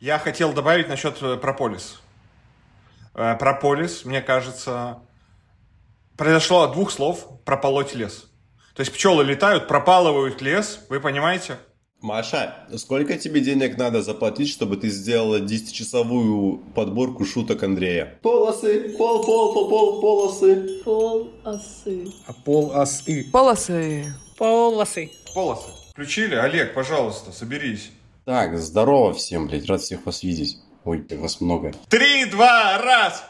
Я хотел добавить насчет э, Прополис. Э, Прополис, мне кажется, произошло от двух слов прополоть лес. То есть пчелы летают, пропалывают лес, вы понимаете? Маша, сколько тебе денег надо заплатить, чтобы ты сделала 10-часовую подборку шуток Андрея? Полосы, пол, пол, пол, пол, полосы. Полосы. А Пол ас и. Полосы. Полосы. Полосы. Включили? Олег, пожалуйста, соберись. Так, здорово всем, блядь, рад всех вас видеть. Ой, блядь, вас много. Три, два, раз!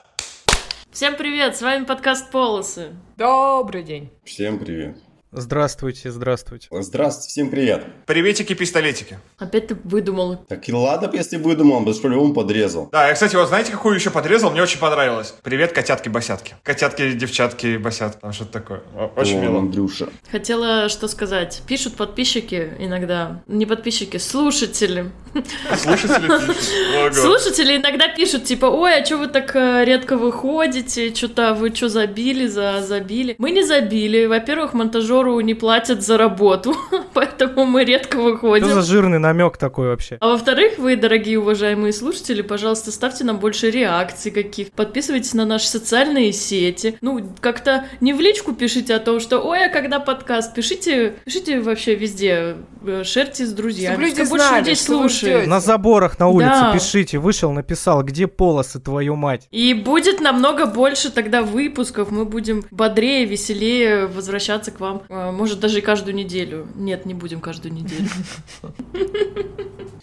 Всем привет, с вами подкаст «Полосы». Добрый день. Всем привет. Здравствуйте, здравствуйте. Здравствуйте, всем привет. Приветики-пистолетики. Опять ты выдумал. Так и ладно, б, если бы выдумал, бы по-любому подрезал. Да, я, кстати, вот знаете, какую еще подрезал? Мне очень понравилось. Привет, котятки-босятки. Котятки, девчатки, босят. Там что-то такое. О- Очень О, мило. Андрюша. Хотела что сказать. Пишут подписчики иногда. Не подписчики, слушатели. Слушатели пишут. Ого. Слушатели иногда пишут, типа, ой, а что вы так э, редко выходите? Что-то вы что забили, за забили? Мы не забили. Во-первых, монтажеру не платят за работу, поэтому мы редко Что за выходим. жирный намек такой вообще? А во-вторых, вы, дорогие уважаемые слушатели, пожалуйста, ставьте нам больше реакций каких Подписывайтесь на наши социальные сети. Ну, как-то не в личку пишите о том, что «Ой, а когда подкаст?» Пишите, пишите вообще везде, э, шерьте с друзьями. Чтобы люди Пускай больше знали, людей что вы слушает. ждёте. На заборах на улице Да. пишите, вышел, написал, где полосы, твою мать. И будет намного больше тогда выпусков. Мы будем бодрее, веселее возвращаться к вам. Э, Может, даже и каждую неделю. Нет, не будем каждую неделю.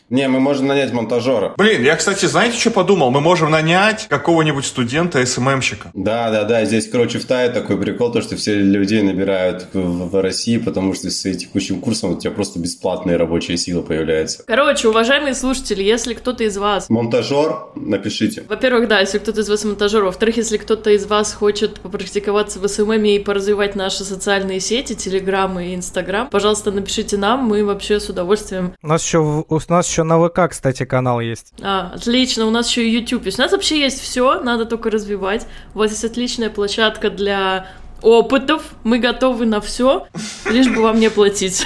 Не, мы можем нанять монтажера. Блин, я, кстати, знаете, что подумал? Мы можем нанять какого-нибудь студента эм СММщика. Да, да, да, здесь, короче, в Тае такой прикол, то, что все людей набирают в, в России, потому что с текущим курсом у тебя просто бесплатная рабочая сила появляется. Короче, уважаемые слушатели, если кто-то из вас Монтажер, напишите. Во-первых, да, если кто-то из вас монтажер. Во-вторых, если кто-то из вас хочет попрактиковаться в СММ и поразвивать наши социальные сети, Телеграм и Инстаграм, пожалуйста, напишите нам, мы вообще с удовольствием. У нас еще, у нас еще на ВК, кстати, канал есть. А, отлично, у нас еще и YouTube есть. У нас вообще есть все, надо только развивать. У вас есть отличная площадка для опытов, мы готовы на все, лишь бы вам не платить.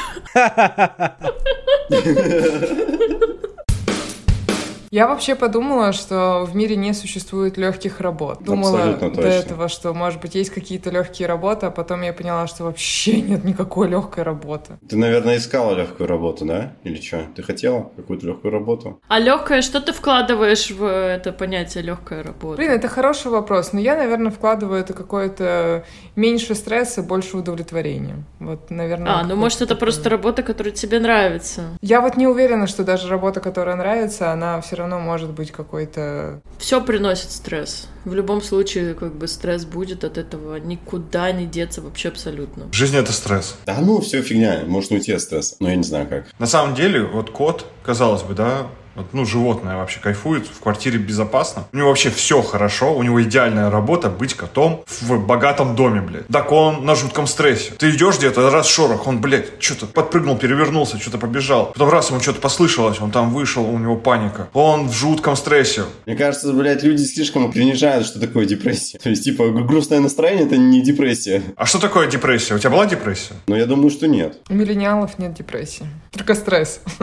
Я вообще подумала, что в мире не существует легких работ. Думала Абсолютно до точно. этого, что, может быть, есть какие-то легкие работы, а потом я поняла, что вообще нет никакой легкой работы. Ты, наверное, искала легкую работу, да? Или что? Ты хотела какую-то легкую работу? А легкое, что ты вкладываешь в это понятие легкая работа? Блин, это хороший вопрос, но я, наверное, вкладываю это какое-то меньше стресса, больше удовлетворения. Вот, наверное. А, ну может это какое-то просто такое. работа, которая тебе нравится. Я вот не уверена, что даже работа, которая нравится, она все равно может быть какой-то... Все приносит стресс. В любом случае, как бы стресс будет от этого никуда не деться вообще абсолютно. Жизнь — это стресс. Да ну, все фигня, может уйти от стресса, но я не знаю как. На самом деле, вот кот, казалось бы, да, вот, ну, животное вообще кайфует, в квартире безопасно. У него вообще все хорошо, у него идеальная работа быть котом в богатом доме, блядь. Так он на жутком стрессе. Ты идешь где-то, раз шорох, он, блядь, что-то подпрыгнул, перевернулся, что-то побежал. Потом раз ему что-то послышалось, он там вышел, у него паника. Он в жутком стрессе. Мне кажется, блядь, люди слишком принижают, что такое депрессия. То есть, типа, гру- грустное настроение это не депрессия. А что такое депрессия? У тебя была депрессия? Но я думаю, что нет. У миллениалов нет депрессии. Только стресс,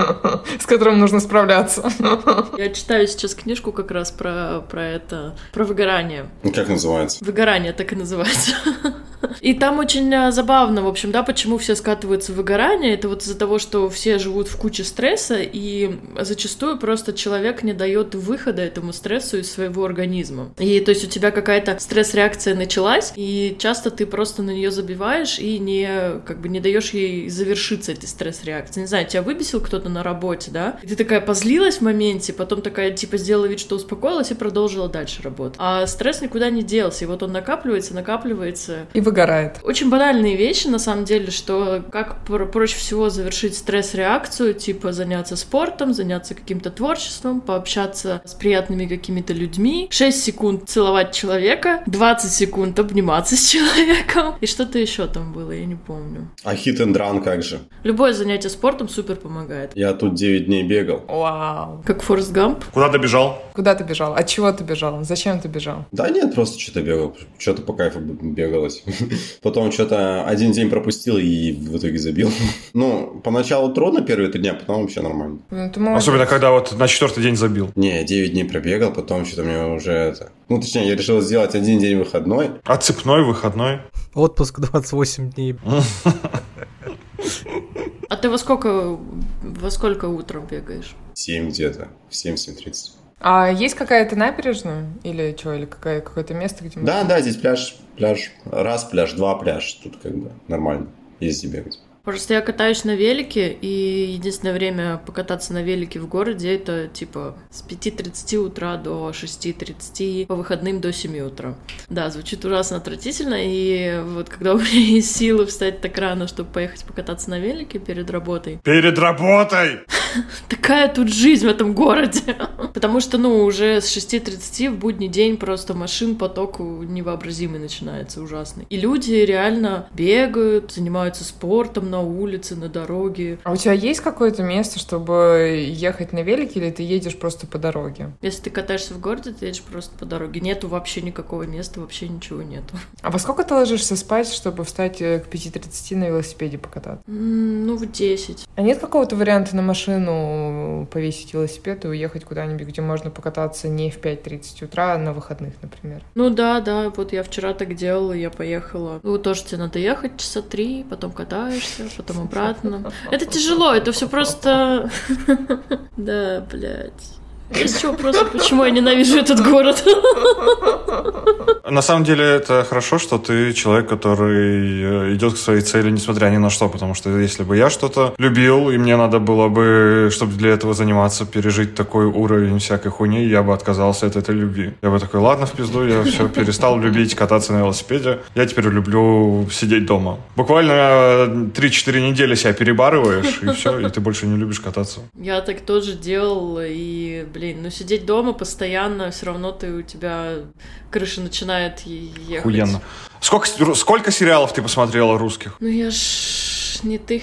с которым нужно справляться. Я читаю сейчас книжку как раз про, про это, про выгорание. Ну, как называется? Выгорание так и называется. И там очень э, забавно, в общем, да, почему все скатываются в выгорание. Это вот из-за того, что все живут в куче стресса, и зачастую просто человек не дает выхода этому стрессу из своего организма. И то есть у тебя какая-то стресс-реакция началась, и часто ты просто на нее забиваешь и не как бы не даешь ей завершиться этой стресс-реакции. Не знаю, тебя выбесил кто-то на работе, да? И ты такая позлилась в моменте, потом такая типа сделала вид, что успокоилась и продолжила дальше работу. А стресс никуда не делся, и вот он накапливается, накапливается, И выгорает. очень банальные вещи, на самом деле, что как про- проще всего завершить стресс-реакцию, типа заняться спортом, заняться каким-то творчеством, пообщаться с приятными какими-то людьми, 6 секунд целовать человека, 20 секунд обниматься с человеком, и что-то еще там было, я не помню. А хит and run как же? Любое занятие спортом супер помогает. Я тут 9 дней бегал. Вау. Как Форст Гамп. Куда добежал? Куда ты бежал? От чего ты бежал? Зачем ты бежал? Да нет, просто что-то бегал. Что-то по кайфу б- бегалось. Потом что-то один день пропустил и в итоге забил. Ну, поначалу трудно первые три дня, потом вообще нормально. Ну, ты молодец. Особенно, когда вот на четвертый день забил. Не, 9 дней пробегал, потом что-то мне уже это... Ну, точнее, я решил сделать один день выходной. А цепной, выходной. Отпуск 28 дней. А ты во сколько, во сколько утром бегаешь? 7 где-то, в 7-7.30. А есть какая-то набережная? Или что? Или какая, какое-то место, где мы- Да, да, здесь пляж, пляж, раз пляж, два пляж, тут как бы нормально, ездить бегать. Просто я катаюсь на велике, и единственное время покататься на велике в городе это типа с 5.30 утра до 6.30, по выходным до 7 утра. Да, звучит ужасно отвратительно, и вот когда у меня есть силы встать так рано, чтобы поехать покататься на велике перед работой, Перед работой! такая тут жизнь в этом городе. Потому что, ну, уже с 6.30 в будний день просто машин поток невообразимый начинается, ужасный. И люди реально бегают, занимаются спортом на улице, на дороге. А у тебя есть какое-то место, чтобы ехать на велике, или ты едешь просто по дороге? Если ты катаешься в городе, ты едешь просто по дороге. Нету вообще никакого места, вообще ничего нету. А во сколько ты ложишься спать, чтобы встать э, к 5.30 на велосипеде покататься? М, Ну, в 10. А нет какого-то варианта на машину повесить велосипед и уехать куда-нибудь, где можно покататься не в 5.30 утра, а на выходных, например? Ну да, да, вот я вчера так делала, я поехала. Ну, тоже тебе надо ехать часа три, потом катаешься, потом обратно. Это тяжело, это все просто... Да, блядь. Есть еще вопросы, почему я ненавижу этот город? На самом деле это хорошо, что ты человек, который э, идет к своей цели, несмотря ни на что, потому что если бы я что-то любил, и мне надо было бы, чтобы для этого заниматься, пережить такой уровень всякой хуйни, я бы отказался от этой любви. Я бы такой, ладно, в пизду, я все, перестал любить кататься на велосипеде, я теперь люблю сидеть дома. Буквально э, 3-4 недели себя перебарываешь, и все, и ты больше не любишь кататься. Я так тоже делала, и, блин, ну сидеть дома постоянно, все равно ты у тебя крыша начинает е- ехать. Охуенно. Сколько, с- сколько сериалов ты посмотрела русских? Ну я ж не ты.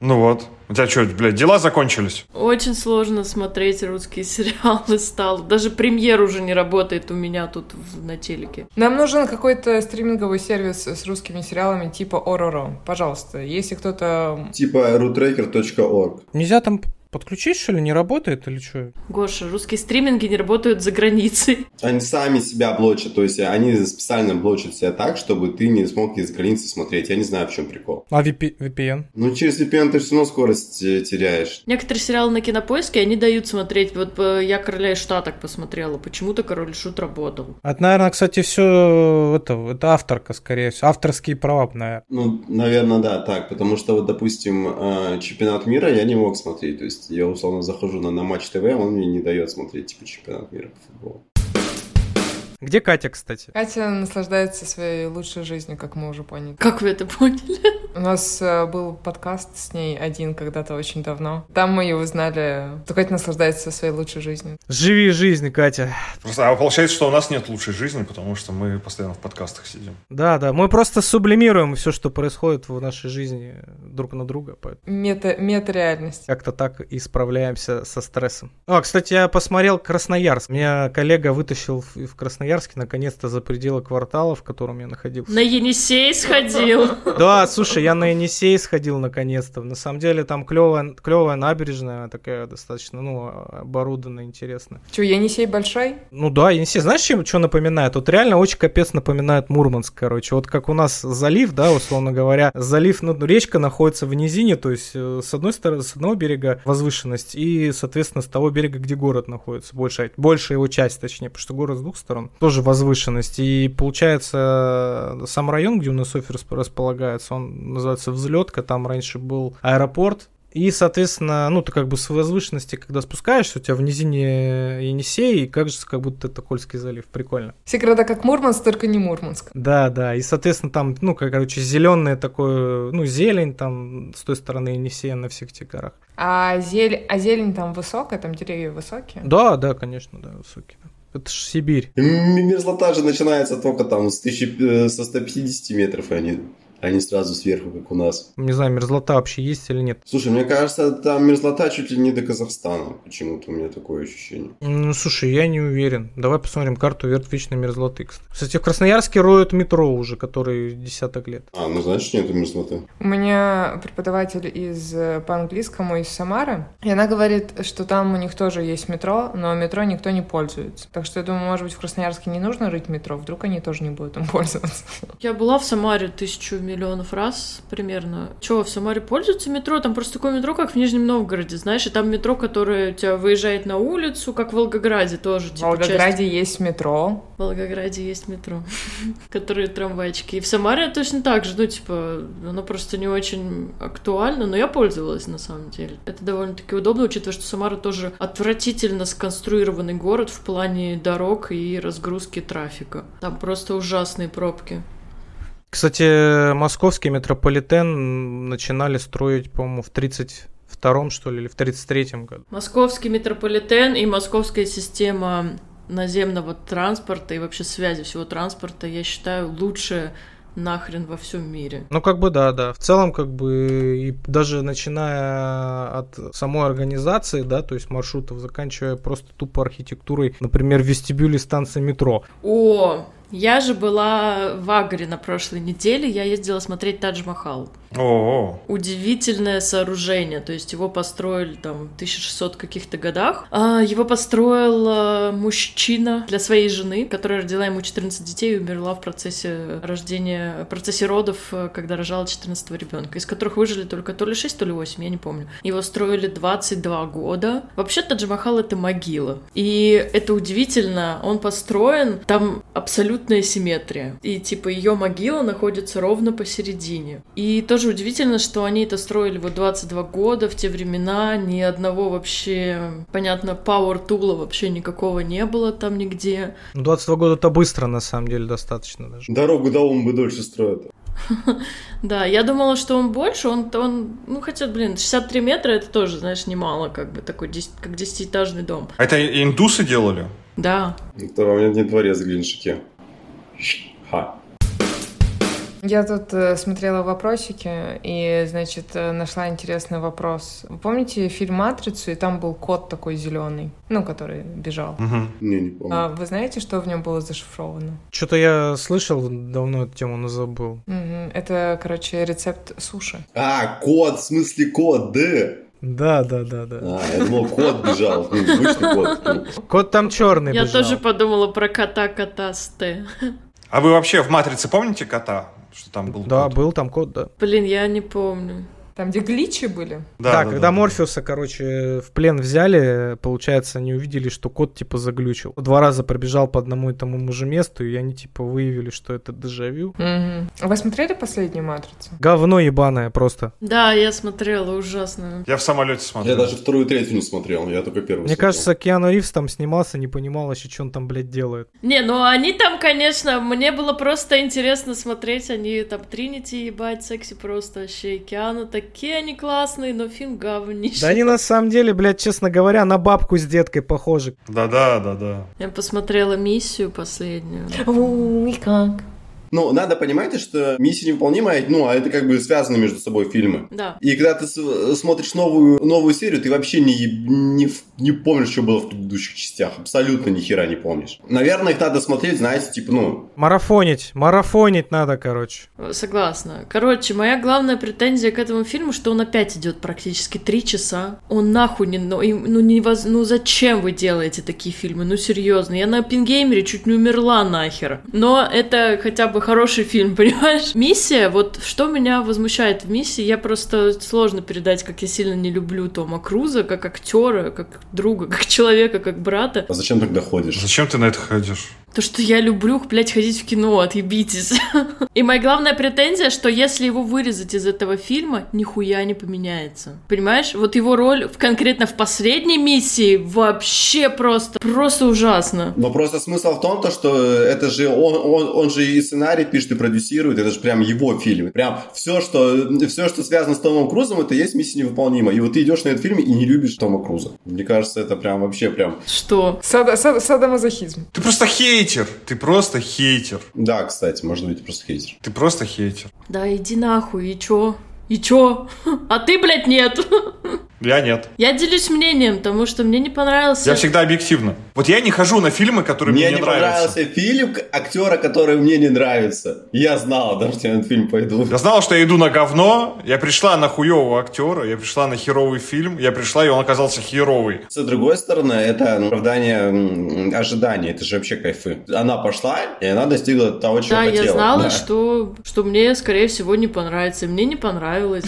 Ну вот. У тебя что, блядь, дела закончились? Очень сложно смотреть русские сериалы стало. Даже премьер уже не работает у меня тут в- на телеке. Нам нужен какой-то стриминговый сервис с русскими сериалами типа Ороро. Пожалуйста, если кто-то... Типа rootracker.org. Нельзя там подключить, что ли? Не работает или что? Гоша, русские стриминги не работают за границей. Они сами себя блочат, то есть они специально блочат себя так, чтобы ты не смог из границы смотреть. Я не знаю, в чем прикол. А VP VPN? Ну, через VPN ты все равно скорость э, теряешь. Некоторые сериалы на кинопоиске, они дают смотреть. Вот э, я «Короля и Шута» так посмотрела. Почему-то «Король и Шут» работал. Это, наверное, кстати, все это, это авторка, скорее всего. Авторские права, наверное. Ну, наверное, да, так, потому что, вот, допустим, э, чемпионат мира я не мог смотреть, то есть я, условно, захожу на, на Матч ТВ, он мне не дает смотреть, типа, чемпионат мира по футболу. Где Катя, кстати? Катя наслаждается своей лучшей жизнью, как мы уже поняли. Как вы это поняли? У нас э, был подкаст с ней один когда-то очень давно. Там мы и узнали, что Катя наслаждается своей лучшей жизнью. Живи жизнь, Катя. Просто а получается, что у нас нет лучшей жизни, потому что мы постоянно в подкастах сидим. Да, да, мы просто сублимируем все, что происходит в нашей жизни друг на друга, поэтому Мета, мета-реальность. как-то так и справляемся со стрессом. А, кстати, я посмотрел Красноярск. Меня коллега вытащил в, в Красноярске, наконец-то, за пределы квартала, в котором я находился. На Енисей сходил. Да, слушай, я на Енисей сходил наконец-то. На самом деле там клевая, клевая набережная, такая достаточно, ну, оборудованная, интересная. Че, Енисей большой? Ну да, Енисей, знаешь, чем что напоминает? Вот реально очень капец напоминает Мурманск, короче. Вот как у нас залив, да, условно говоря, залив, ну, речка находится в низине, то есть э, с одной стороны, с одного берега возвышенность и, соответственно, с того берега, где город находится, большая, большая его часть, точнее, потому что город с двух сторон, тоже возвышенность. И получается, э, сам район, где у нас офис располагается, он называется Взлетка, там раньше был аэропорт, и, соответственно, ну, ты как бы с возвышенности, когда спускаешься, у тебя в низине Енисей, и как же как будто это Кольский залив. Прикольно. Все города как Мурманск, только не Мурманск. Да, да. И, соответственно, там, ну, как, короче, зеленая такое, ну, зелень там с той стороны Енисея на всех этих горах. А, зель... а зелень там высокая, там деревья высокие. Да, да, конечно, да, высокий. Это ж Сибирь. М- Мерзлота же начинается только там с 1000, э, со 150 метров, и они а не сразу сверху, как у нас. Не знаю, мерзлота вообще есть или нет. Слушай, мне кажется, там мерзлота чуть ли не до Казахстана. Почему-то у меня такое ощущение. Ну, слушай, я не уверен. Давай посмотрим карту вечной мерзлоты. кстати. Кстати, в Красноярске роют метро уже, который десяток лет. А, ну значит нету мерзлоты. У меня преподаватель из э, по английскому из Самары, и она говорит, что там у них тоже есть метро, но метро никто не пользуется. Так что я думаю, может быть, в Красноярске не нужно рыть метро, вдруг они тоже не будут им пользоваться. Я была в Самаре тысячу миллионов раз примерно. Чего, в Самаре пользуются метро? Там просто такое метро, как в Нижнем Новгороде, знаешь, и там метро, которое у тебя выезжает на улицу, как в Волгограде тоже. В Типа, часть- Волгограде есть метро. В Волгограде есть метро, которые трамвайчики. И в Самаре точно так же, ну, типа, оно просто не очень актуально, но я пользовалась на самом деле. Это довольно-таки удобно, учитывая, что Самара тоже отвратительно сконструированный город в плане дорог и разгрузки трафика. Там просто ужасные пробки. Кстати, московский метрополитен начинали строить, по-моему, в 32-м, что ли, или в 33-м году. Московский метрополитен и московская система наземного транспорта и вообще связи всего транспорта, я считаю, лучшая нахрен во всем мире. Ну, как бы да, да. В целом, как бы, и даже начиная от самой организации, да, то есть маршрутов, заканчивая просто тупо архитектурой, например, вестибюле станции метро. О, я же была в Агре на прошлой неделе, я ездила смотреть Тадж-Махал. О, Удивительное сооружение, то есть его построили там в 1600 каких-то годах. А, его построил э, мужчина для своей жены, которая родила ему 14 детей и умерла в процессе рождения, в процессе родов, э, когда рожала 14 ребенка, из которых выжили только то ли 6, то ли 8, я не помню. Его строили 22 года. Вообще Таджмахал это могила. И это удивительно, он построен, там абсолютная симметрия. И типа ее могила находится ровно посередине. И тоже удивительно, что они это строили вот 22 года, в те времена ни одного вообще, понятно, power тула вообще никакого не было там нигде. Ну, 22 года-то быстро, на самом деле, достаточно даже. Дорогу до Умбы дольше строят. Да, я думала, что он больше, он, он ну хотя, блин, 63 метра это тоже, знаешь, немало, как бы такой, 10 как 10-этажный дом. а это и- индусы делали? Да, Это а у меня не дворец в Глиншике. Ха. Я тут э, смотрела вопросики и, значит, э, нашла интересный вопрос. Вы помните фильм «Матрицу», и там был кот такой зеленый, ну, который бежал? Мгм. Не, не помню. А вы знаете, что в нем было зашифровано? Что-то я слышал давно эту тему, но забыл. Мгм. Это, короче, рецепт суши. А, кот, в смысле кот, да. Да, да, да, да. А, я думал, кот бежал. Ну, обычный кот. Ну, Кот там черный я бежал. тоже подумала про кота-кота с Т. А вы вообще в «Матрице» помните кота? Что там был Да, кот? был там кот, да. Блин, я не помню. Там, где гличи были? Да, да, когда да. Морфеуса, короче, в плен взяли, получается, они увидели, что кот, типа, заглючил. Два раза пробежал по одному и тому же месту, и они, типа, выявили, что это дежавю. Мгм. А Вы смотрели последнюю «Матрицу»? Говно ебаное просто. Да, я смотрела ужасно. Я в самолете смотрел. Я даже вторую и третью не смотрел, я только первую Мне смотрел. кажется, Киану Ривз там снимался, не понимал вообще, что он там, блядь, делает. Не, ну они там, конечно, мне было просто интересно смотреть, они там Тринити ебать, секси просто вообще, и Киану, такие они классные, но фильм говнище. Да они на самом деле, блядь, честно говоря, на бабку с деткой похожи. Да-да, да-да. Я посмотрела миссию последнюю. Ой, как? Ну, надо понимать, что миссия невыполнимая, ну, а это как бы связаны между собой фильмы. Да. И когда ты с- смотришь новую, новую серию, ты вообще не, еб- не, в- не помнишь, что было в предыдущих частях. Абсолютно ни хера не помнишь. Наверное, их надо смотреть, знаете, типа, ну, Марафонить, марафонить надо, короче. Согласна. Короче, моя главная претензия к этому фильму, что он опять идет практически три часа. Он нахуй не... Ну, и- ну, невоз- ну зачем вы делаете такие фильмы? Ну серьезно, я на Пингеймере чуть не умерла нахер. Но это хотя бы хороший фильм, понимаешь? Миссия, вот что меня возмущает в миссии, я просто сложно передать, как я сильно не люблю Тома Круза, как актера, как друга, как человека, как брата. а зачем тогда ходишь? Зачем ты на это ходишь? То, что я люблю, блядь, ходить в кино, отъебитесь. И моя главная претензия, что если его вырезать из этого фильма, нихуя не поменяется. Понимаешь? Вот его роль в, конкретно в последней миссии вообще просто, просто ужасно. Но просто смысл в том, то, что это же он, он, он же и сценарий пишет, и продюсирует, это же прям его фильм. Прям все что, все, что связано с Томом Крузом, это есть миссия невыполнима. И вот ты идешь на этот фильм и не любишь Тома Круза. Мне кажется, это прям вообще прям... Что? Сада- сада- Садомазохизм. Ты просто хейтер. Ты просто хейтер. Да, кстати, может быть, просто хейтер. Ты просто хейтер. Да, иди нахуй, и чё? И чё? А ты, блядь, нет. Я нет. Я делюсь мнением, потому что мне не понравился. Я всегда объективно. Вот я не хожу на фильмы, которые мне, Мне не нравятся. понравился фильм к- актера, который мне не нравится. Я знала, да, что я на этот фильм пойду. Я знала, что я иду на говно, я пришла на хуевого актера, я пришла на херовый фильм, я пришла, и он оказался херовый. С другой стороны, это оправдание м, ожиданий. Это же вообще кайфы. Она пошла, и она достигла того, чего Да, хотела. я знала, Да. что, что мне, скорее всего, не понравится. И Мне не понравилось,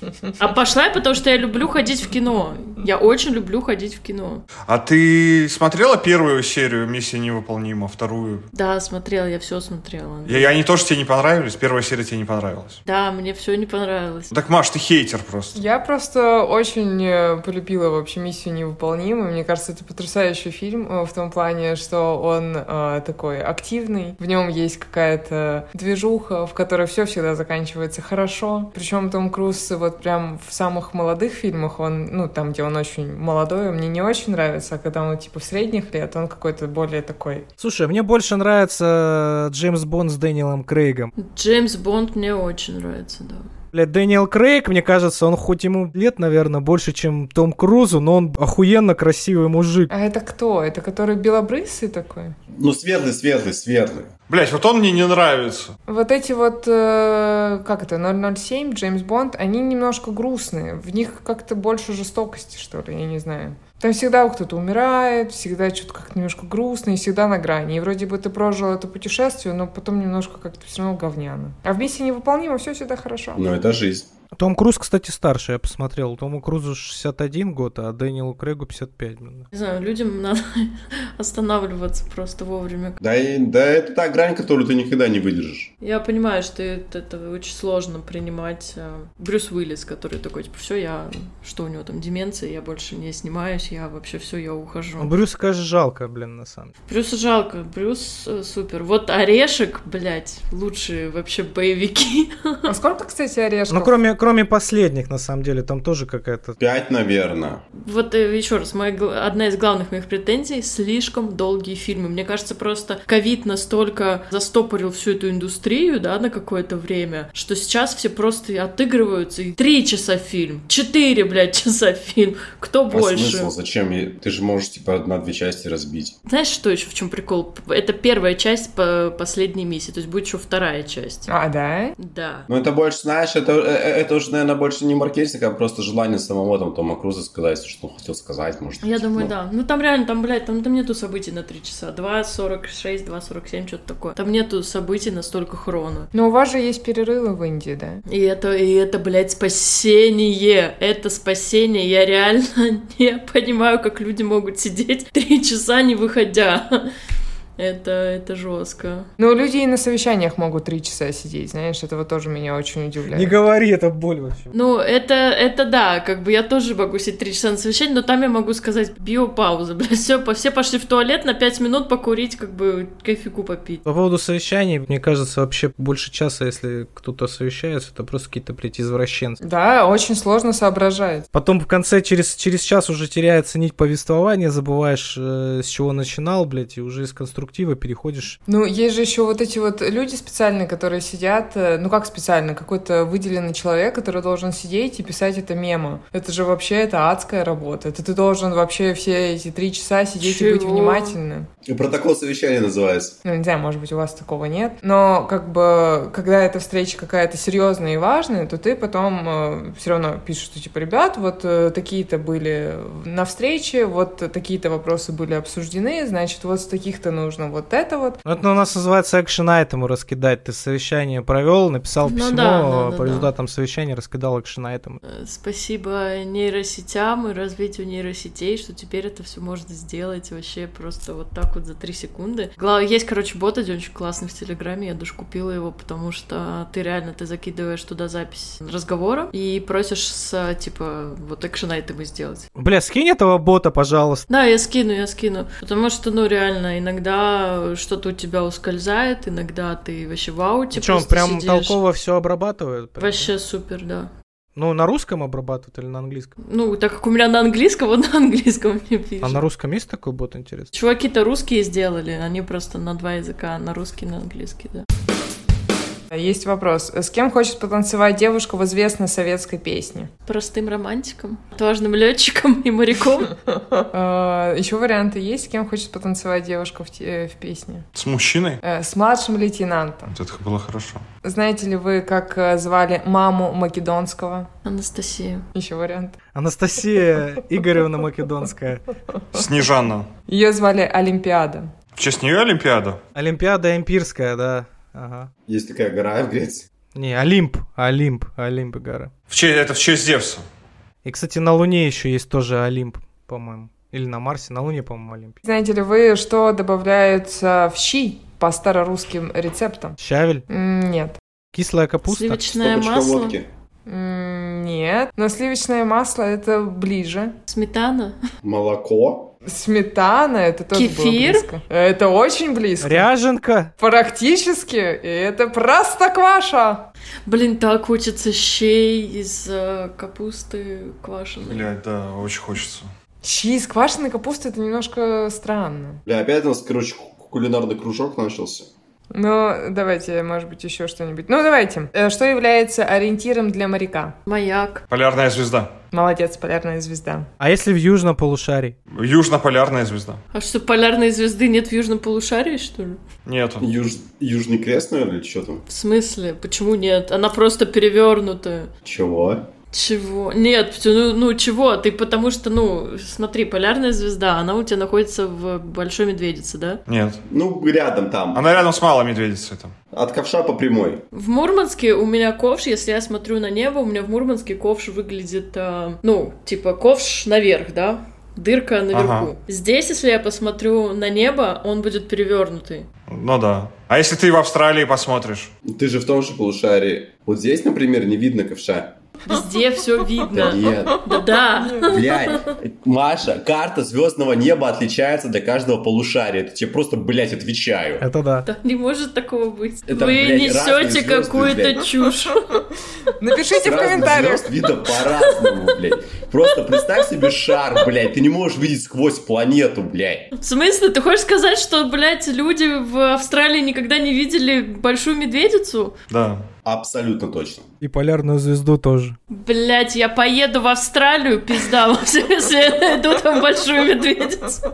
да. А пошла я, потому что я люблю ходить в кино. Я очень люблю ходить в кино. А ты смотрела первую серию «Миссия невыполнима», вторую? Да, смотрела, я все смотрела. И они тоже тебе не понравились? Первая серия тебе не понравилась? Да, мне все не понравилось. Ну Так, Маш, ты хейтер просто. Я просто очень э, полюбила вообще миссию невыполнимую. Мне кажется, это потрясающий фильм э, в том плане, что он э, такой активный. В нем есть какая-то движуха, в которой все всегда заканчивается хорошо. Причем Том Круз вот прям в самых молодых фильмах он, ну там, где он очень молодой, мне не очень нравится, а когда он типа в средних лет, он какой-то более такой. Слушай, мне больше нравится э, Джеймс Бонд с Дэниелом Крейгом. Джеймс Бонд мне очень нравится, да. Блядь, Дэниел Крейг, мне кажется, он хоть ему лет, наверное, больше, чем Том Крузу, но он охуенно красивый мужик. А это кто? Это который белобрысый такой? Ну, светлый, светлый, светлый. Блять, вот он мне не нравится. Вот эти вот, э, как это, 007, Джеймс Бонд, они немножко грустные. В них как-то больше жестокости, что ли, я не знаю. Там всегда кто-то умирает, всегда что-то как-то немножко грустно и всегда на грани. И вроде бы ты прожил это путешествие, но потом немножко как-то все равно говняно. А в миссии невыполнимо все всегда хорошо. Ну, это жизнь. Том Круз, кстати, старше, я посмотрел. Тому Крузу 61 год, а Дэниелу Крейгу 55. блин. Не знаю, людям надо останавливаться просто вовремя. Да, и, да, это та грань, которую ты никогда не выдержишь. Я понимаю, что это, это очень сложно принимать э, Брюс Уиллис, который такой, типа, все, я, что у него там, деменция, я больше не снимаюсь, я вообще все, я ухожу. Брюса, конечно, жалко, блин, на самом деле. Брюс жалко, Брюс э, супер. Вот Орешек, блядь, лучшие вообще боевики. А сколько, кстати, орешков? Ну, кроме, кроме последних, на самом деле, там тоже какая-то... Пять, наверное. Вот еще раз, моя, гл- одна из главных моих претензий — слишком долгие фильмы. Мне кажется, просто ковид настолько застопорил всю эту индустрию, да, на какое-то время, что сейчас все просто и отыгрываются. И три часа фильм, четыре, блядь, часа фильм. Кто А больше? смысл? Зачем? И Ты же можешь, типа, на две части разбить. Знаешь, что еще в чем прикол? Это первая часть по последней миссии, то есть будет еще вторая часть. А, да? Да. Ну, это больше, знаешь, это, э, э, это уже, наверное, больше не маркетинг, а просто желание самого там Тома Круза сказать, что он хотел сказать, может. Я быть. думаю, Ну, да. Ну там реально, там, блядь, там, там нету событий на три часа. 2.46, 2.47, что-то такое. Там нету событий настолько хрона. Но у вас же есть перерывы в Индии, да? И это, и это, блядь, спасение. Это спасение. Я реально не понимаю, как люди могут сидеть три часа не выходя. Это, это жестко. Ну, люди и на совещаниях могут три часа сидеть, знаешь, этого тоже меня очень удивляет. Не говори, это боль вообще. Ну, это, это да, как бы я тоже могу сидеть три часа на совещании, но там я могу сказать биопауза, блядь, все, все пошли в туалет на пять минут покурить, как бы кофейку попить. По поводу совещаний, мне кажется, вообще больше часа, если кто-то совещается, это просто какие-то, блядь, извращенцы. Да, очень сложно соображать. Потом в конце, через, через час уже теряется нить повествования, забываешь, э, с чего начинал, блядь, и уже из конструктива переходишь. Ну, есть же еще вот эти вот люди специальные, которые сидят, э, ну как специально, какой-то выделенный человек, который должен сидеть и писать это мемо. Это же вообще это адская работа. Это ты должен вообще все эти три часа сидеть и быть Чего? внимательным. И Протокол совещания называется. Ну, не знаю, может быть, у вас такого нет. Но как бы, когда эта встреча какая-то серьезная и важная, то ты потом все равно пишешь, что типа, ребят, вот э, такие-то были на встрече, вот такие-то вопросы были обсуждены, значит, вот с таких-то нужно вот это вот. Ну, это у нас называется экшен-айтему раскидать. Ты совещание провел, написал Ну письмо, а да, да, да, по да. результатам совещания раскидал экшен-айтем. Э, Спасибо нейросетям и развитию нейросетей, что теперь это все можно сделать вообще просто вот так вот за 3 секунды. Гла- Есть, короче, бот один очень классный в Телеграме, я даже купила его, потому что ты реально, ты закидываешь туда запись разговора и просишь с, типа, вот экшен-айтемы сделать. Бля, скинь этого бота, пожалуйста. Да, я скину, я скину. Потому что, ну, реально, иногда что-то у тебя ускользает, иногда ты вообще в ауте Причем просто прям сидишь. толково все обрабатывают. Вообще супер, да. Ну, на русском обрабатывают или на английском? Ну, так как у меня на английском, вот на английском мне пишут. А на русском есть такой бот, интересно? Чуваки-то русские сделали, они просто на два языка, на русский и на английский, да. Есть вопрос. С кем хочет потанцевать девушка в известной советской песне? Простым романтиком, отважным летчиком и моряком. Э, Еще варианты есть, с кем хочет потанцевать девушка в те- э, в песне? С мужчиной? Э, С младшим лейтенантом. Вот это было хорошо. Знаете ли вы, как э, звали маму Македонского? Анастасия. Еще вариант. Анастасия Игоревна Македонская. Снежана. Ее звали Олимпиада. В честь нее Олимпиада? Олимпиада Импирская, да. Ага. Есть такая гора в Греции. Не, Олимп, Олимп, Олимп и гора. В честь, это в честь Зевса. И, кстати, на Луне еще есть тоже Олимп, по-моему. Или на Марсе, на Луне, по-моему, Олимп. Знаете ли вы, что добавляется в щи по старорусским рецептам? Щавель, М, Нет. кислая капуста. Сливочное Стопочка масло. водки. М, Нет. Но сливочное масло это ближе. Сметана. Молоко. Сметана это тоже было Кефир? близко. Э, Это очень близко. Ряженка. Практически. И это простокваша. Блин, так хочется щей из э, капусты квашеной. Блять, да, очень хочется. Щи из квашеной капусты это немножко странно. Бля, опять у нас, короче, ку- кулинарный кружок начался. Ну, давайте, может быть, еще что-нибудь. Ну, давайте. Э, Что является ориентиром для моряка? Маяк. Полярная звезда. Молодец, полярная звезда. А если в южном полушарии? Южно-полярная звезда. А что, полярной звезды нет в южном полушарии, что ли? Нету. Юж- Южный крест, наверное, или что там? В смысле? Почему нет? Она просто перевернутая. Чего? Чего? Нет, ну, ну чего? Ты потому что, ну, смотри, полярная звезда, она у тебя находится в Большой Медведице, да? Нет. Ну, рядом там. Она рядом с малой медведицей там. От ковша по прямой. В Мурманске у меня ковш, если я смотрю на небо, у меня в Мурманске ковш выглядит, э, ну, типа ковш наверх, да? Дырка наверху. Ага. Здесь, если я посмотрю на небо, он будет перевернутый. Ну да. А если ты в Австралии посмотришь? Ты же в том же полушарии. Вот здесь, например, не видно ковша. Везде все Да видно. нет. Да-да. Блядь, Маша, карта звездного неба отличается для каждого полушария. Это тебе просто, блядь, отвечаю. Это да. Да не может такого быть. Это, Вы блядь, разные несете звезды, какую-то блядь. чушь. Напишите в Разных комментариях. звезд видно по-разному, блядь. Просто представь себе шар, блядь. Ты не можешь видеть сквозь планету, блядь. В смысле? Ты хочешь сказать, что, блядь, люди в Австралии никогда не видели большую медведицу? Да. Абсолютно точно. И полярную звезду тоже. Блядь, я поеду в Австралию, пизда, во всем, если я найду там большую медведицу.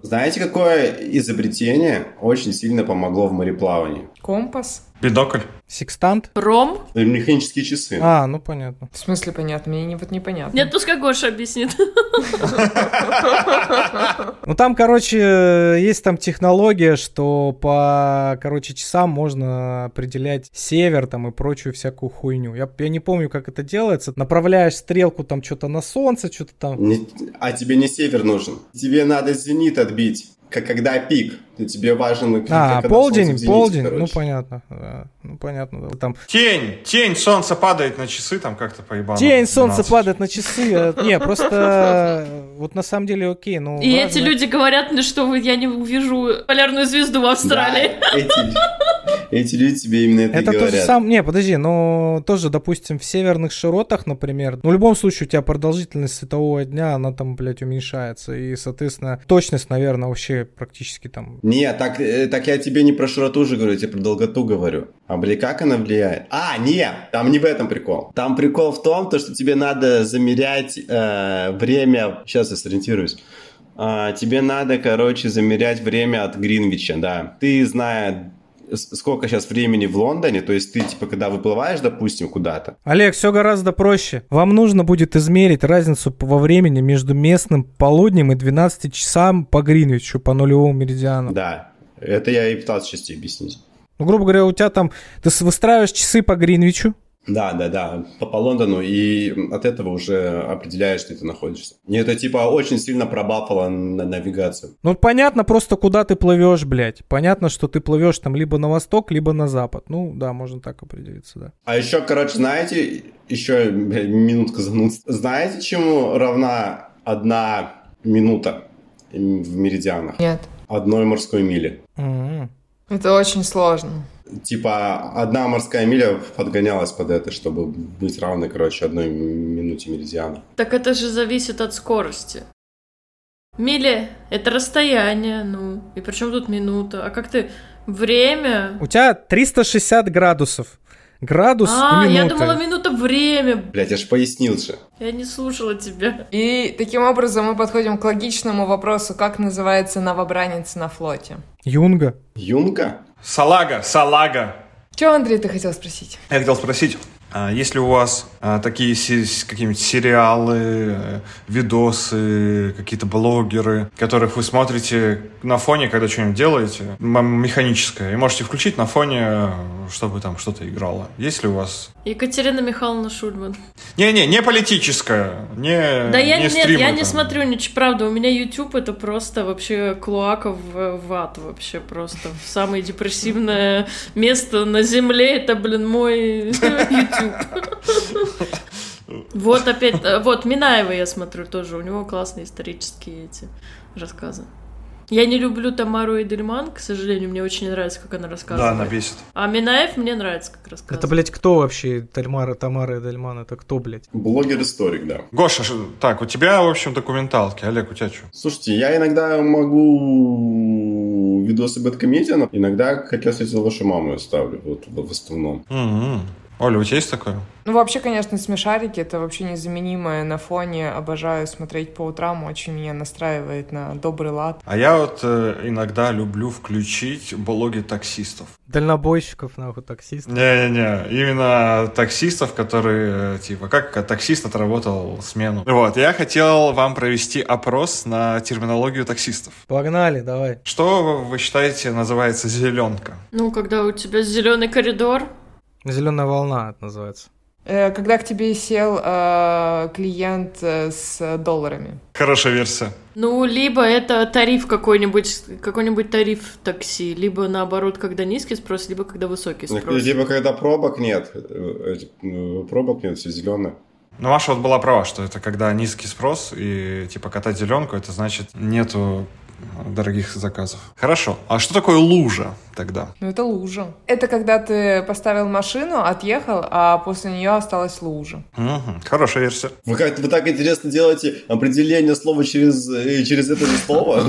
Знаете, какое изобретение очень сильно помогло в мореплавании? Компас? Бинокль. Секстант? Ром? Механические часы. А, ну понятно. В смысле, понятно? Мне не, вот непонятно. Нет, пускай Гоша объяснит. Ну там, короче, э, есть там технология, что по, короче, часам можно определять север там и прочую всякую хуйню. Я, я не помню, как это делается. Направляешь стрелку там что-то на солнце, что-то там. Не- а тебе не север нужен. Тебе надо зенит отбить. Как когда пик. И Тебе важен... как- когда А, солнце в полдень, зените, полдень, ну короче. понятно, да, ну понятно, да. там Тень. Тень. Солнце падает на часы там как-то поебано. тень солнца 12. падает на часы, э, не, просто э, вот на самом деле окей, ну И разные- эти люди говорят мне, что вы- я не увижу полярную звезду в Австралии. Да, эти, эти люди тебе именно это, и Это то же говорят. самое. Не, подожди, но тоже, допустим, в северных широтах, например, ну, в любом случае, у тебя продолжительность светового дня, она там, блядь, уменьшается. И, соответственно, точность, наверное, вообще практически там. Не, так, э, так я тебе не про широту же говорю, я тебе про долготу говорю. А, блин, как она влияет? А, не, там не в этом прикол. Там прикол в том, то, что тебе надо замерять э, время... Сейчас я сориентируюсь. А, тебе надо, короче, замерять время от Гринвича, да. Ты, зная, с- сколько сейчас времени в Лондоне, то есть ты, типа, когда выплываешь, допустим, куда-то, Олег, все гораздо проще. Вам нужно будет измерить разницу п- во времени между местным полуднем и 12 часам по Гринвичу, по нулевому меридиану. да, это я и пытался сейчас тебе объяснить. Ну, грубо говоря, у тебя там... Ты с- выстраиваешь часы по Гринвичу, Да, да, да, по, по Лондону, и от этого уже определяешь, где ты находишься. И это типа очень сильно пробафало на навигацию. Ну, понятно просто, куда ты плывешь, блядь. Понятно, что ты плывешь там либо на восток, либо на запад. Ну, да, можно так определиться, да. А еще, короче, знаете, еще бля, минутка занудства. Знаете, чему равна одна минута в меридианах? Нет. Одной морской мили. М. Это очень сложно. Типа одна морская миля подгонялась под это, чтобы быть равной, короче, одной минуте меридиана. Так это же зависит от скорости. Мили — это расстояние, ну, и причем тут минута. А как ты... Время... У тебя 360 градусов. Градус а, и минута. я думала, минута время. Блять, я же пояснил же. Я не слушала тебя. И таким образом мы подходим к логичному вопросу, как называется новобранец на флоте. Юнга. Юнка? Салага, салага. Че, Андрей, ты хотел спросить? Я хотел спросить, а если у вас а, такие се- с- какие-нибудь сериалы, э, видосы, какие-то блогеры, которых вы смотрите на фоне, когда что-нибудь делаете, м- механическое, и можете включить на фоне, э, чтобы там что-то играло. Есть ли у вас... Екатерина Михайловна Шульман. Не-не, не политическое, не да я Э, не нет, стримы я не там. смотрю ничего, правда, у меня YouTube это просто вообще клоака в, в ад вообще просто. Самое депрессивное место на земле это, блин, мой YouTube. Вот опять, э, вот Минаева я смотрю тоже, у него классные исторические эти рассказы. Я не люблю Тамару Эдельман, к сожалению, мне очень нравится, как она Да, она рассказывает. бесит. А Минаев мне нравится, как рассказывает. Это, блядь, кто вообще? Тальмара, Тамара, Эдельман, это кто, блядь? Блогер-историк, да. Гоша, ш- так, у тебя, в общем, документалки. Олег, у тебя что? Слушайте, я иногда могу видосы бэткомедиана, иногда, как я встретил вашу маму, я ставлю, вот в в основном. М-м-м. Оля, у тебя есть такое? Ну, вообще, конечно, смешарики это вообще незаменимое на фоне. Обожаю смотреть по утрам, очень меня настраивает на добрый лад. А я вот э, иногда люблю включить блоги таксистов. Дальнобойщиков, нахуй, таксист. Не-не-не, именно таксистов, которые, э, типа, как таксист отработал смену. Вот, я хотел вам провести опрос на терминологию таксистов. Погнали, давай. Что вы считаете называется зеленка? Ну, когда у тебя зеленый коридор, Зеленая волна это называется. Э, Когда к тебе сел э, клиент э, с долларами? Хорошая версия. Ну, либо это тариф какой-нибудь, какой-нибудь тариф такси, либо наоборот, когда низкий спрос, либо когда высокий Ну, спрос. Типа, когда пробок нет, э, э, пробок нет, все зеленое. Но Маша Ну, вот была права, что это когда низкий спрос и, типа, катать зеленку, это значит нету э, дорогих заказов. Хорошо. А что такое лужа тогда? Ну, это лужа. Это когда ты поставил машину, отъехал, а после нее осталась лужа. Мгм, Хорошая версия. Вы, как, вы так интересно делаете определение слова через, э, через это же слово?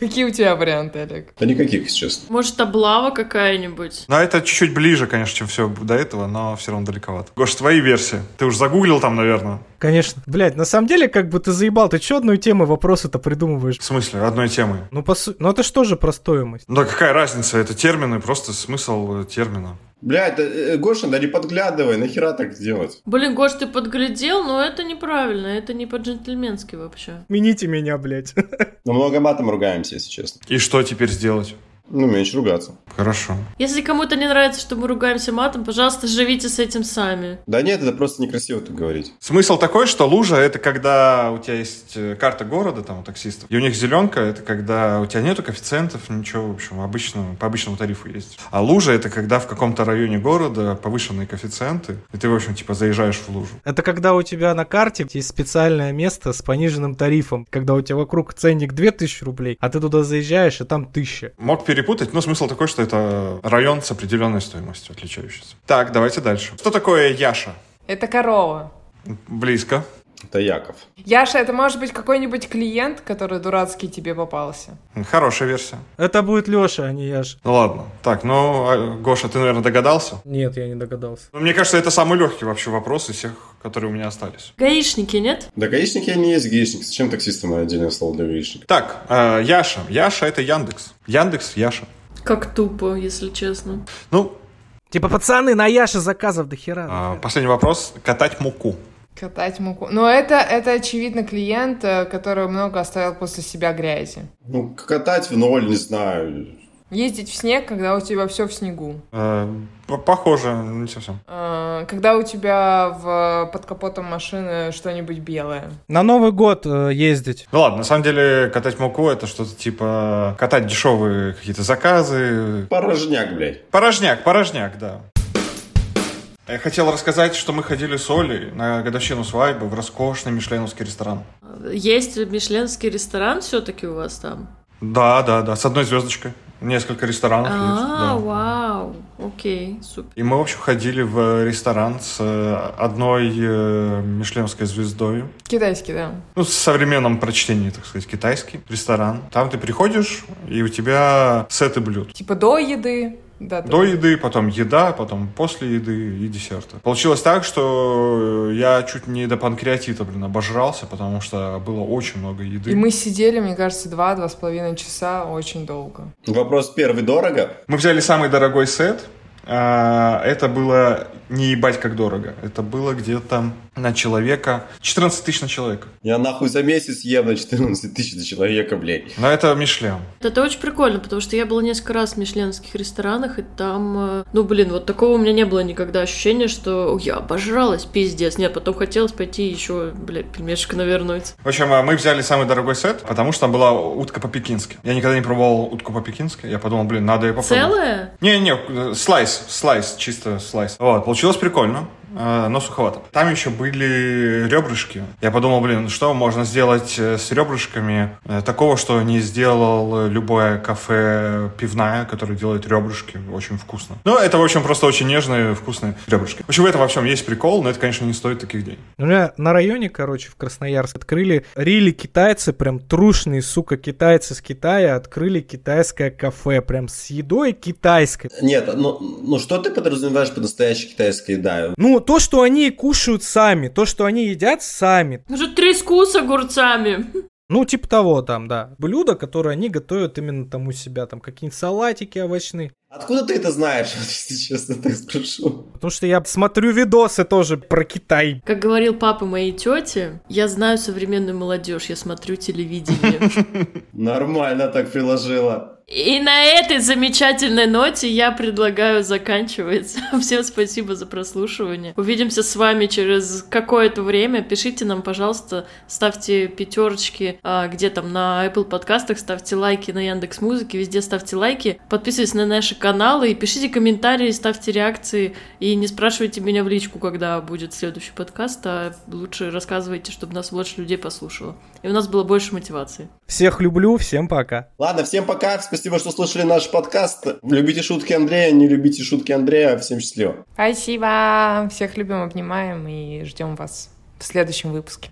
Какие у тебя варианты, Олег? Да никаких, если честно. Может, облава какая-нибудь? Ну, а это чуть-чуть ближе, конечно, чем все до этого, но все равно далековато. Гош, твои версии. Ты уж загуглил там, наверное. Конечно. Блядь, на самом деле, как бы ты заебал, ты чё одной темы вопросы-то придумываешь? В смысле, одной темы. Ну, Ну, по су- ну это что же про стоимость? Да какая разница, это термины, просто смысл э, термина. Блядь, да, э, Гоша, да не подглядывай, нахера так делать? Блин, Гош, ты подглядел, но это неправильно, это не по-джентльменски вообще. Мините меня, блядь. Мы много матом ругаемся, если честно. И что теперь сделать? Ну, меньше ругаться. Хорошо. Если кому-то не нравится, что мы ругаемся матом, пожалуйста, живите с этим сами. Да нет, это просто некрасиво так говорить. Смысл такой, что лужа это когда у тебя есть э, карта города там у таксистов, и у них зеленка это когда у тебя нету коэффициентов, ничего, в общем, обычно, по обычному тарифу есть. А лужа это когда в каком-то районе города повышенные коэффициенты, и ты, в общем, типа заезжаешь в лужу. Это когда у тебя на карте есть специальное место с пониженным тарифом, когда у тебя вокруг ценник 2000 рублей, а ты туда заезжаешь, и там 1000. Мог перепутать, но смысл такой, что это район с определенной стоимостью отличающийся. Так, давайте дальше. Что такое Яша? Это корова. Близко. Это Яков. Яша, это может быть какой-нибудь клиент, который дурацкий тебе попался. Хорошая версия. Это будет Лёша, а не Яш. Ну ладно. Так, ну, а, Гоша, ты, наверное, догадался? Нет, я не догадался. Ну, мне кажется, это самый легкий вообще вопрос из всех, которые у меня остались. Гаишники, нет? Да гаишник я не есть гаишник. Зачем таксистам отдельное слово для гаишника? Так, э, Яша. Яша — это Яндекс. Яндекс — Яша. Как тупо, если честно. Ну, Типа, пацаны, на Яше заказов до хера. э, последний вопрос. Катать муку. Катать муку. Но это, это очевидно, клиент, э, который много оставил после себя грязи. Ну, катать в ноль, не знаю. Ездить в снег, когда у тебя все в снегу. Э, п- похоже, ну, не совсем. Э, Когда у тебя в, под капотом машины что-нибудь белое. На Новый год э, ездить. Ну ладно, на самом деле катать муку — это что-то типа катать дешевые какие-то заказы. Порожняк, блядь. Порожняк, порожняк, да. Я хотел рассказать, что мы ходили с Олей на годовщину свадьбы в роскошный мишленовский ресторан. Есть мишленский ресторан все-таки у вас там? Да, да, да, с одной звездочкой. Несколько ресторанов есть. А, да. вау, окей, супер. И мы, в общем, ходили в ресторан с э, одной э, мишленской звездой. Китайский, да. Ну, в современном прочтении, так сказать, китайский ресторан. Там ты приходишь, и у тебя сеты блюд. Типа до еды. Да, До еды, потом еда, потом после еды и десерта. Получилось так, что э, я чуть не до панкреатита, блин, обожрался, потому что было очень много еды. И мы сидели, мне кажется, два-два с половиной часа очень долго. Вопрос первый. Дорого? Мы взяли самый дорогой сет. А, Это было не ебать как дорого. Это было где-то на человека 14 тысяч на человека. Я нахуй за месяц ем на 14 тысяч за человека, блядь. Но это Мишлен. Это очень прикольно, потому что я была несколько раз в мишленских ресторанах, и там, э, ну блин, вот такого у меня не было никогда ощущения, что «О, я обожралась, пиздец. Нет, потом хотелось пойти еще, блядь, пельмешек навернуть. В общем, а, мы взяли самый дорогой сет, потому что там была утка по-пекински. Я никогда не пробовал утку по-пекински. Я подумал, блин, надо ее попробовать. Целое? Не-не, слайс, слайс, чисто слайс. Вот, получилось прикольно, э, но суховато. Там еще были ребрышки. Я подумал, блин, что можно сделать э, с ребрышками э, такого, что не сделал э, любое кафе пивная, которое делает ребрышки очень вкусно. Ну, это, в общем, просто очень нежные, вкусные ребрышки. В общем, в этом во всем есть прикол, но это, конечно, не стоит таких денег. У меня на районе, короче, в Красноярске открыли рили китайцы, прям трушные, сука, китайцы с Китая открыли китайское кафе, прям с едой китайской. Нет, ну, ну что ты подразумеваешь под настоящей китайской едой? Ну, то, что они кушают сами, то, что они едят сами. Ну же треску с огурцами. Ну, типа того там, да. Блюда, которые они готовят именно там у себя, там какие-нибудь салатики овощные. Откуда ты это знаешь, если честно так спрошу? Потому что я смотрю видосы тоже про Китай. Как говорил папа моей тети, я знаю современную молодежь, я смотрю телевидение. Нормально так приложила. И на этой замечательной ноте я предлагаю заканчивать. Всем спасибо за прослушивание. Увидимся с вами через какое-то время. Пишите нам, пожалуйста, ставьте пятерочки, а, где там на Apple подкастах, ставьте лайки на Яндекс Музыке, везде ставьте лайки, подписывайтесь на наши каналы и пишите комментарии, ставьте реакции и не спрашивайте меня в личку, когда будет следующий подкаст, а лучше рассказывайте, чтобы нас больше людей послушало. И у нас было больше мотивации. Всех люблю, всем пока. Ладно, всем пока. Спасибо, что слушали наш подкаст. Любите шутки Андрея, не любите шутки Андрея. Всем счастливо. Спасибо! Всех любим, обнимаем и ждем вас в следующем выпуске.